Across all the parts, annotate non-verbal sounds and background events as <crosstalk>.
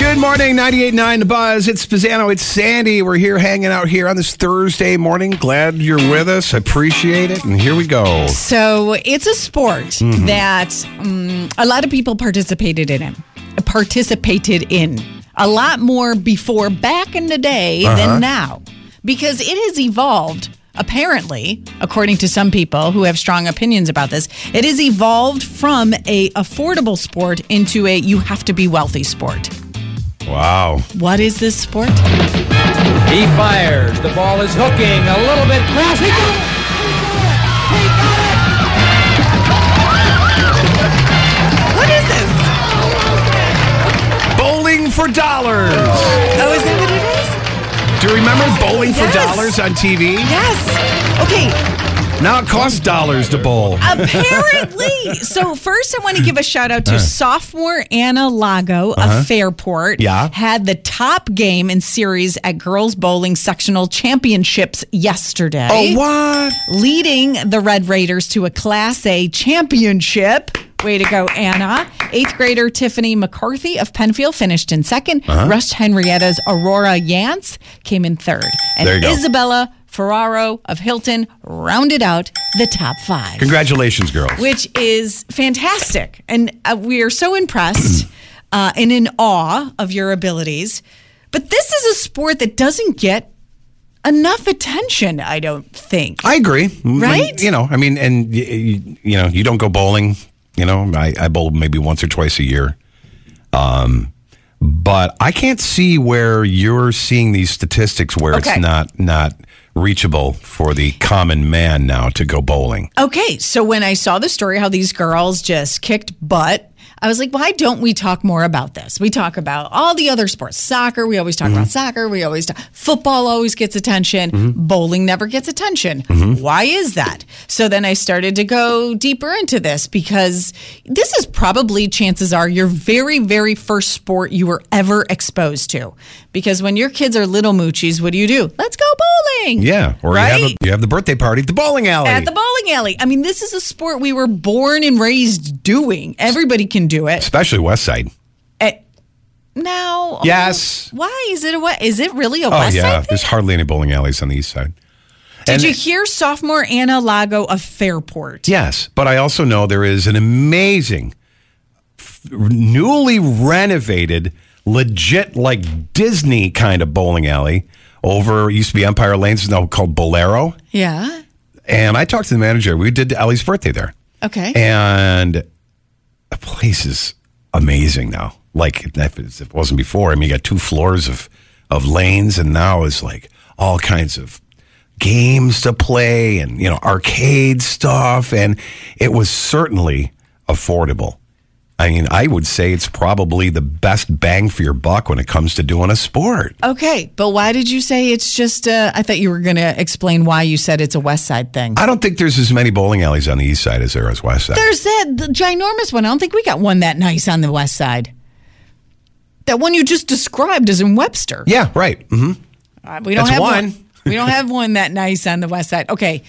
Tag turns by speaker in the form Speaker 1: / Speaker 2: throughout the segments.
Speaker 1: Good morning, 98.9 The Buzz. It's Pisano. It's Sandy. We're here hanging out here on this Thursday morning. Glad you're with us. Appreciate it. And here we go.
Speaker 2: So it's a sport that um, a lot of people participated in. it- Participated in a lot more before back in the day than now, because it has evolved. Apparently, according to some people who have strong opinions about this, it has evolved from a affordable sport into a you have to be wealthy sport.
Speaker 1: Wow.
Speaker 2: What is this sport?
Speaker 3: He fires. The ball is hooking a little bit cross. He got it.
Speaker 2: What is this?
Speaker 1: Bowling for dollars.
Speaker 2: Oh, is that what it is?
Speaker 1: Do you remember bowling for
Speaker 2: Yes.
Speaker 1: dollars on TV?
Speaker 2: Yes. Okay,
Speaker 1: Now it costs dollars to bowl.
Speaker 2: Uh, Apparently. so first I want to give a shout out to
Speaker 1: Uh.
Speaker 2: sophomore Anna Lago of Fairport.
Speaker 1: Uh-huh. Yeah.
Speaker 2: Had the top game in series at girls bowling sectional championships yesterday.
Speaker 1: Oh, what?
Speaker 2: Leading the Red Raiders to a Class A championship. Way to go, Anna. Eighth grader Tiffany McCarthy of Penfield finished in 2nd
Speaker 1: Uh-huh.
Speaker 2: Rush Henrietta's Aurora Yance came in third. And
Speaker 1: There you go.
Speaker 2: Isabella Ferraro of Hilton rounded out the top five
Speaker 1: Congratulations, girls.
Speaker 2: which is fantastic. And uh, we are so impressed <clears throat> uh, and in awe of your abilities. But this is a sport that doesn't get enough attention, I don't think.
Speaker 1: I agree. M-
Speaker 2: Right?
Speaker 1: You know, I mean, and y- y- you know, you don't go bowling. You know, I, I bowl maybe once or twice a year. Um, but I can't see where you're seeing these statistics where it's
Speaker 2: Okay.
Speaker 1: not not reachable for the common man now to go bowling.
Speaker 2: Okay, so when I saw the story how these girls just kicked butt, I was like, why don't we talk more about this? We talk about all the other sports. Soccer, we always talk about
Speaker 1: Mm-hmm.
Speaker 2: soccer. We always talk. Football always gets attention. Bowling never gets attention.
Speaker 1: Mm-hmm.
Speaker 2: Why is that? So then I started to go deeper into this because this is probably, chances are, your very, very first sport you were ever exposed to. Because when your kids are little moochies, what do you do? Let's go bowling.
Speaker 1: Yeah, or you have a,
Speaker 2: Right?
Speaker 1: you have the birthday party at the bowling alley.
Speaker 2: At the bowling alley. I mean, this is a sport we were born and raised doing. Everybody can do it.
Speaker 1: Especially West Side.
Speaker 2: Eh, now, oh,
Speaker 1: Yes.
Speaker 2: Why is it a what? Is it really a
Speaker 1: Oh
Speaker 2: West
Speaker 1: yeah,
Speaker 2: Side? thing?
Speaker 1: there's hardly any bowling alleys on the East Side.
Speaker 2: Did
Speaker 1: and-
Speaker 2: you hear sophomore Anna Lago of Fairport?
Speaker 1: Yes, but I also know there is an amazing, f- newly renovated, legit like Disney kind of bowling alley over it used to be Empire Lanes, it's now called Bolero.
Speaker 2: Yeah.
Speaker 1: And I talked to the manager. We did Ellie's birthday there,
Speaker 2: Okay.
Speaker 1: and the place is amazing now. Like if it's- if it wasn't before, I mean, you got two floors of of lanes, and now it's like all kinds of games to play and you know arcade stuff and it was certainly affordable i mean i would say it's probably the best bang for your buck when it comes to doing a sport
Speaker 2: okay. But why did you say it's just, uh, I thought you were going to explain why you said it's a West Side thing.
Speaker 1: i don't think there's as many bowling alleys on the east side as there is west side
Speaker 2: There's that the ginormous one. I don't think we got one that nice on the West Side. That one you just described is in Webster.
Speaker 1: yeah right hmm
Speaker 2: Uh, We don't
Speaker 1: That's
Speaker 2: have
Speaker 1: one.
Speaker 2: one. we
Speaker 1: <laughs>
Speaker 2: don't have one that nice on the west side. Okay.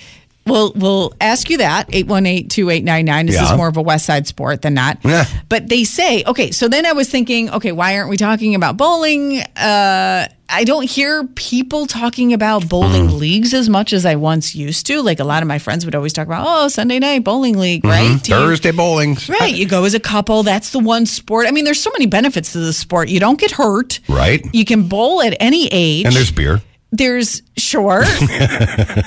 Speaker 2: We'll we'll ask you that. 818-2899. This
Speaker 1: Yeah.
Speaker 2: is more of a west side sport than not.
Speaker 1: Yeah.
Speaker 2: But they say, okay, so then I was thinking, okay, why aren't we talking about bowling? Uh I don't hear people talking about bowling
Speaker 1: Mm.
Speaker 2: leagues as much as I once used to. Like a lot of my friends would always talk about, oh, Sunday night bowling league,
Speaker 1: Mm-hmm.
Speaker 2: right? Do you-
Speaker 1: thursday bowling
Speaker 2: Right. You go as a couple. That's the one sport. I mean, there's so many benefits to the sport. You don't get hurt.
Speaker 1: Right.
Speaker 2: You can bowl at any age
Speaker 1: and there's beer
Speaker 2: there's
Speaker 1: <laughs>
Speaker 2: sure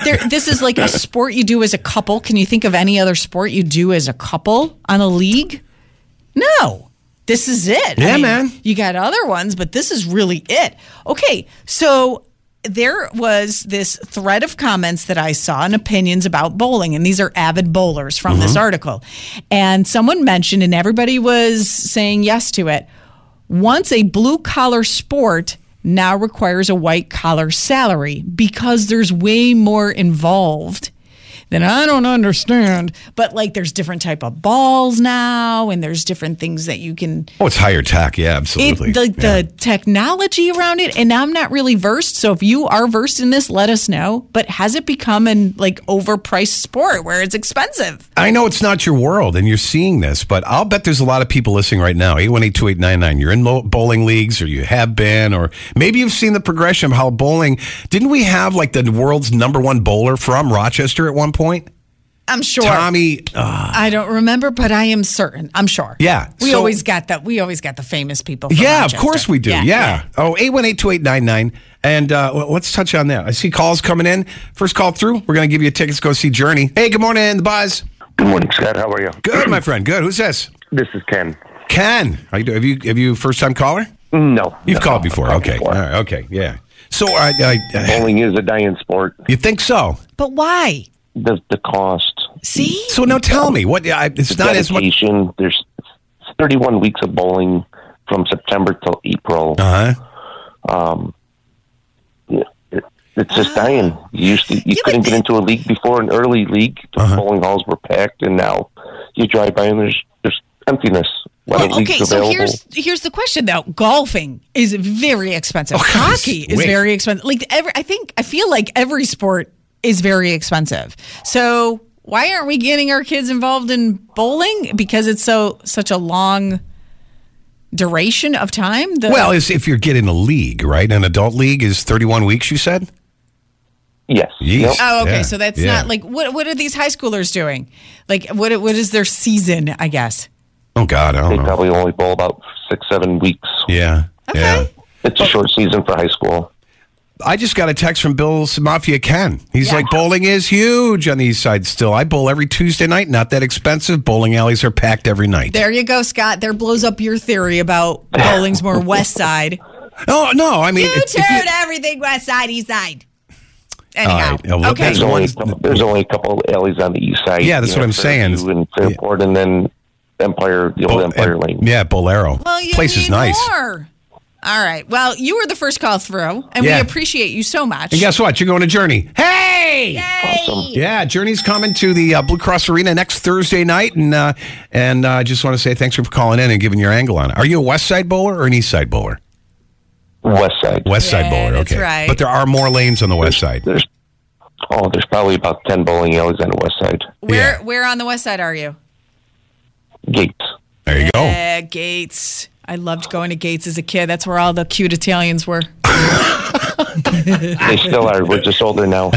Speaker 2: there, this is like a sport you do as a couple can you think of any other sport you do as a couple on a league no this is it
Speaker 1: Yeah, man.
Speaker 2: you got other ones but this is really it okay so there was this thread of comments that I saw and opinions about bowling, and these are avid bowlers from this article. And someone mentioned, and everybody was saying yes to it once a blue collar sport now requires a white collar salary because there's way more involved that I don't understand. But like there's different type of balls now and there's different things that you can
Speaker 1: Oh, it's higher tech. Yeah,
Speaker 2: it,
Speaker 1: absolutely.
Speaker 2: the,
Speaker 1: Yeah.
Speaker 2: the technology around it and i'm not really versed so if you are versed in this let us know but has it become an like overpriced sport where it's expensive
Speaker 1: I know it's not your world and you're seeing this, but I'll bet there's a lot of people listening right now. 8182899. You're in mo- bowling leagues or you have been, or maybe you've seen the progression of how bowling. Didn't we have like the world's number one bowler from Rochester at one point?
Speaker 2: i'm sure Oh,
Speaker 1: Tommy. uh,
Speaker 2: i don't remember but i am certain i'm sure
Speaker 1: Yeah,
Speaker 2: we
Speaker 1: so-
Speaker 2: always got that we always got the famous people from
Speaker 1: yeah, of
Speaker 2: Rochester.
Speaker 1: course we do. Yeah. Oh, 8182899. And uh, well, let's touch on that. I see calls coming in. First call through, we're going to give you tickets to go see Journey. Hey, good morning, The Buzz.
Speaker 4: Good morning, Scott. How are you?
Speaker 1: Good, my friend. Good. Who's this?
Speaker 4: This is Ken.
Speaker 1: Ken. How you doing? Have you, have you first time caller?
Speaker 4: No,
Speaker 1: You've
Speaker 4: no,
Speaker 1: called
Speaker 4: I've
Speaker 1: before.
Speaker 4: called
Speaker 1: okay. All right. Okay. Yeah. So I, I, uh,
Speaker 4: Bowling is a dying sport.
Speaker 1: you think so?
Speaker 2: but why
Speaker 4: The the cost,
Speaker 2: see
Speaker 1: So now tell me what I, it's not as much.
Speaker 4: dedication. There's 31 weeks of bowling from September till April.
Speaker 1: Uh huh. Uh-huh.
Speaker 4: It- it's just dying. You used to, you couldn't get into a league before an early league. The
Speaker 1: Uh-huh.
Speaker 4: bowling halls were packed, and now you drive by and there's there's emptiness. Why
Speaker 2: Well,
Speaker 1: Oh,
Speaker 4: don't leagues
Speaker 2: okay, so
Speaker 4: available?
Speaker 2: here's here's the question though. Golfing is very expensive. Hockey is
Speaker 1: wait.
Speaker 2: very expensive. Like every, I think I feel like every sport is very expensive. So why aren't we getting our kids involved in bowling? Because it's so such a long duration of time. The,
Speaker 1: Well, it's if you're getting a league, right? An adult league is 31 weeks. You said.
Speaker 4: yes.
Speaker 1: Yeesh.
Speaker 4: Yep.
Speaker 2: oh, okay.
Speaker 1: yeah,
Speaker 2: so that's
Speaker 1: yeah.
Speaker 2: not like what what are these high schoolers doing? Like what what is their season? I guess.
Speaker 1: Oh God, I
Speaker 4: They
Speaker 1: don't know.
Speaker 4: probably only bowl about six, seven weeks.
Speaker 1: Yeah. Yeah.
Speaker 2: Okay.
Speaker 4: It's a short season for high school.
Speaker 1: I just got a text from Bill Mafia Ken. He's like, bowling is huge on the east side still. I bowl every Tuesday night. Not that expensive. Bowling alleys are packed every night.
Speaker 2: There you go, Scott. There blows up your theory about
Speaker 1: <laughs>
Speaker 2: bowling's more west side.
Speaker 1: Oh no, I mean,
Speaker 2: You
Speaker 1: if- if you-
Speaker 2: turned everything west side, east side.
Speaker 1: All
Speaker 2: Anyhow,
Speaker 1: right, yeah, well,
Speaker 2: okay.
Speaker 1: that's
Speaker 4: There's only, a
Speaker 1: one's-
Speaker 4: couple, there's only a couple of alleys on the east side.
Speaker 1: Yeah, that's
Speaker 4: You know,
Speaker 1: what I'm saying.
Speaker 4: Fairview And Fairport, and then Empire, the old Empire Lane.
Speaker 1: yeah, Bolero.
Speaker 2: well, you
Speaker 1: Place
Speaker 2: need
Speaker 1: is nice.
Speaker 2: More. All right. Well, you were the first call through, and
Speaker 1: Yeah.
Speaker 2: we appreciate you so much.
Speaker 1: And guess what? You're going to Journey. Hey! Yeah, Journey's coming to the uh, Blue Cross Arena next Thursday night, and uh, and uh, I just want to say thanks for calling in and giving your angle on it. Are you a West Side bowler or an East Side bowler?
Speaker 4: West side.
Speaker 1: West Side
Speaker 2: Yeah,
Speaker 1: bowler.
Speaker 2: that's
Speaker 1: Okay,
Speaker 2: right.
Speaker 1: but there are more lanes on the West Side.
Speaker 4: There's oh, there's probably about ten bowling alleys on the west side.
Speaker 2: Where
Speaker 1: yeah.
Speaker 2: where on the west side are you?
Speaker 4: Gates.
Speaker 1: There you go.
Speaker 2: Uh, Gates. I loved going to Gates as a kid. That's where all the cute Italians were.
Speaker 4: They still are. We're just older
Speaker 1: <laughs>
Speaker 4: now.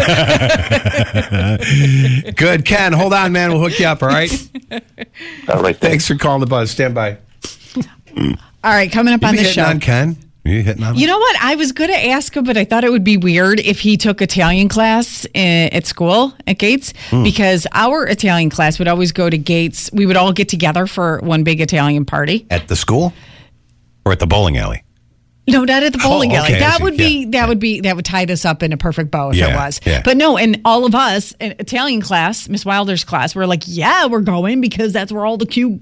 Speaker 1: Good, Ken. Hold on, man. We'll hook you up. All
Speaker 2: <laughs>
Speaker 1: right.
Speaker 4: All right.
Speaker 1: thanks for calling the buzz. Stand by.
Speaker 2: All right, coming up
Speaker 1: You
Speaker 2: on
Speaker 1: be
Speaker 2: the
Speaker 1: hitting
Speaker 2: show.
Speaker 1: on Ken. You hitting on?
Speaker 2: You know what? I was going to ask him, but I thought it would be weird if he took Italian class i- at school at Gates
Speaker 1: Hmm.
Speaker 2: because our Italian class would always go to Gates. We would all get together for one big Italian party.
Speaker 1: at the school or at the bowling alley?
Speaker 2: No, not at the bowling
Speaker 1: Oh, okay,
Speaker 2: alley.
Speaker 1: I
Speaker 2: That
Speaker 1: see.
Speaker 2: would be
Speaker 1: Yeah,
Speaker 2: that would be that would tie this up in a perfect bow if
Speaker 1: Yeah,
Speaker 2: it was.
Speaker 1: yeah.
Speaker 2: But no, and all of us in Italian class, Miss Wilder's class, we're like, yeah, we're going because that's where all the cute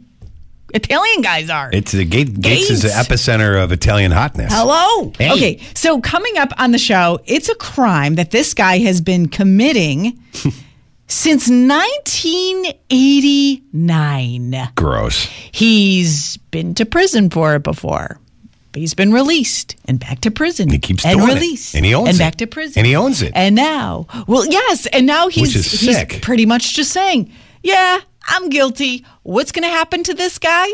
Speaker 2: Italian guys are.
Speaker 1: It's the Gate, Gates is the
Speaker 2: Gates.
Speaker 1: epicenter of Italian hotness.
Speaker 2: Hello.
Speaker 1: Hey.
Speaker 2: Okay. So coming up on the show, it's a crime that this guy has been committing <laughs> since 1989.
Speaker 1: Gross.
Speaker 2: He's been to prison for it before. But he's been released and back to prison.
Speaker 1: he keeps
Speaker 2: and
Speaker 1: doing it.
Speaker 2: released
Speaker 1: And he owns
Speaker 2: and
Speaker 1: it.
Speaker 2: back to prison
Speaker 1: And he owns it.
Speaker 2: And now, well, yes, and now he's
Speaker 1: is
Speaker 2: he's
Speaker 1: sick.
Speaker 2: pretty much just saying, "Yeah, I'm guilty. What's going to happen to this guy?"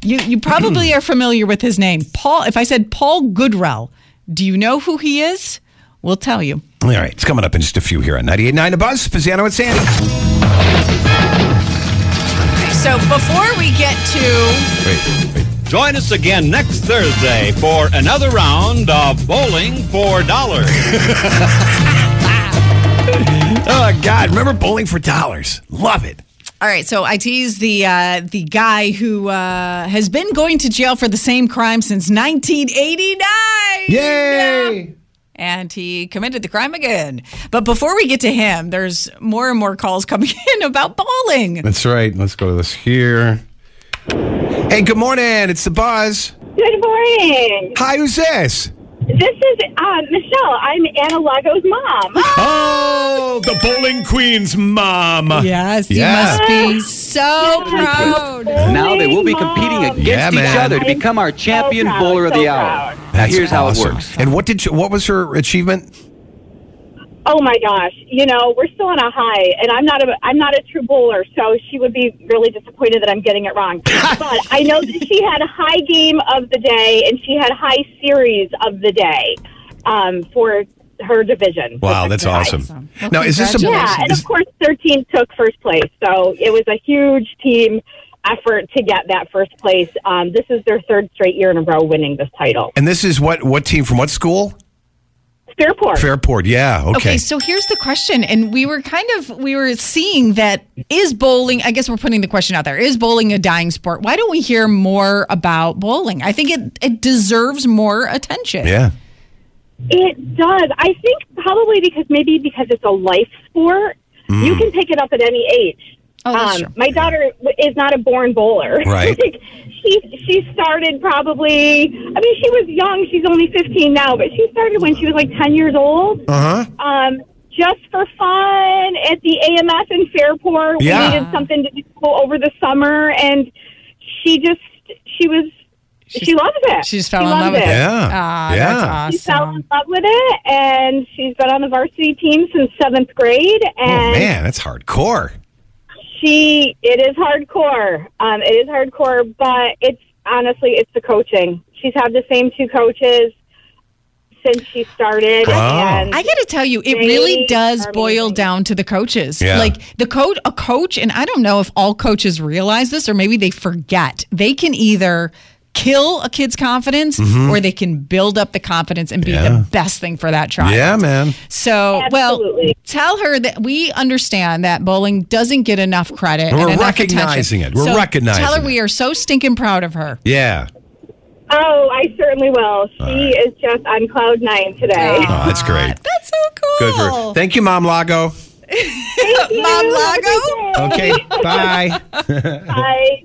Speaker 2: You you
Speaker 1: <clears throat>
Speaker 2: probably are familiar with his name, Paul. If I said Paul Goodrell, do you know who he is? We'll tell you.
Speaker 1: All right, it's coming up in just a few here on 98.9 The Buzz, Pizzano and Sandy.
Speaker 2: So before we get to
Speaker 5: Join us again next Thursday for another round of Bowling for Dollars.
Speaker 1: Oh, God, remember bowling for dollars? Love it.
Speaker 2: all right, so I tease the uh, the guy who uh, has been going to jail for the same crime since 1989.
Speaker 1: Yay!
Speaker 2: and he committed the crime again. But before we get to him, there's more and more calls coming <laughs> in about bowling.
Speaker 1: That's right. Let's go to this here. Hey, good morning. It's The Buzz.
Speaker 6: Good morning.
Speaker 1: Hi, who's this?
Speaker 6: This is uh, Michelle. I'm Anna Lago's mom.
Speaker 1: Oh, the bowling queen's mom.
Speaker 2: Yes,
Speaker 1: Yeah.
Speaker 2: you must be so proud.
Speaker 7: <laughs> Now they will be
Speaker 6: Holy
Speaker 7: competing
Speaker 6: mom.
Speaker 7: against
Speaker 1: Yeah,
Speaker 7: each
Speaker 1: man.
Speaker 7: other to become our champion
Speaker 6: proud,
Speaker 7: bowler of
Speaker 6: so
Speaker 7: the hour.
Speaker 6: proud.
Speaker 1: That's
Speaker 7: Here's how
Speaker 1: awesome.
Speaker 7: it works.
Speaker 1: And what did you, what was her achievement?
Speaker 6: Oh my gosh! You know we're still on a high, and I'm not a I'm not a true bowler, so she would be really disappointed that I'm getting it
Speaker 7: <laughs>
Speaker 6: wrong. but I know that she had high game of the day, and she had high series of the day um, for her division.
Speaker 1: Wow, that's awesome.
Speaker 2: Awesome. Well,
Speaker 1: now, is this a
Speaker 6: Yeah, and
Speaker 1: is,
Speaker 6: of course, 13 took first place, so it was a huge team effort to get that first place. Um, this is their third straight year in a row winning this title.
Speaker 1: and this is what what team from what school?
Speaker 6: Fairport.
Speaker 1: Fairport. Yeah. Okay.
Speaker 2: Okay, so here's the question, and we were kind of we were seeing that is bowling. I guess we're putting the question out there: is bowling a dying sport? Why don't we hear more about bowling? I think it it deserves more attention.
Speaker 1: yeah.
Speaker 6: It does. I think probably because maybe because it's a life sport,
Speaker 1: Mm.
Speaker 6: you can pick it up at any age. Um,
Speaker 2: Oh, that's true.
Speaker 6: my daughter w- is not a born bowler. <laughs>
Speaker 1: Right.
Speaker 6: Like, she she started probably. I mean, she was young. She's only fifteen now, but she started when she was like ten years old.
Speaker 1: Uh huh.
Speaker 6: Um, just for fun at the AMS in Fairport.
Speaker 1: Yeah.
Speaker 6: We needed something to do over the summer, and she just she was she loves it.
Speaker 2: She just fell
Speaker 6: She
Speaker 2: in
Speaker 6: loves
Speaker 2: love with it.
Speaker 6: it.
Speaker 1: Yeah.
Speaker 2: Ah,
Speaker 1: Yeah.
Speaker 6: She
Speaker 2: That's
Speaker 6: fell in
Speaker 2: awesome.
Speaker 6: love with it, and she's been on the varsity team since seventh grade.
Speaker 1: Oh
Speaker 6: And
Speaker 1: man, that's hardcore.
Speaker 6: she, it is hardcore. Um, it is hardcore, but it's honestly, it's the coaching. She's had the same two coaches since she started.
Speaker 1: Wow.
Speaker 6: And
Speaker 2: I got to tell you, it
Speaker 6: They
Speaker 2: really does
Speaker 6: are
Speaker 2: boil
Speaker 6: amazing.
Speaker 2: down to the coaches.
Speaker 1: Yeah.
Speaker 2: Like the coach, a coach, and I don't know if all coaches realize this or maybe they forget. They can either kill a kid's confidence or they can build up the confidence and be
Speaker 1: Mm-hmm. Yeah.
Speaker 2: the best thing for that child.
Speaker 1: Yeah, man.
Speaker 2: So, well,
Speaker 6: Absolutely.
Speaker 2: tell her that we understand that bowling doesn't get enough credit. and
Speaker 1: We're
Speaker 2: enough
Speaker 1: recognizing
Speaker 2: attention.
Speaker 1: it. We're
Speaker 2: So
Speaker 1: recognizing
Speaker 2: Tell her
Speaker 1: it.
Speaker 2: we are so stinking proud of her.
Speaker 1: Yeah.
Speaker 6: oh, I certainly will. She is just on cloud nine today. <laughs>
Speaker 1: Oh, that's great.
Speaker 2: That's so cool.
Speaker 1: Good for her. Thank you, Mom Lago.
Speaker 2: Mom Lago.
Speaker 1: Okay. Bye.
Speaker 6: Bye.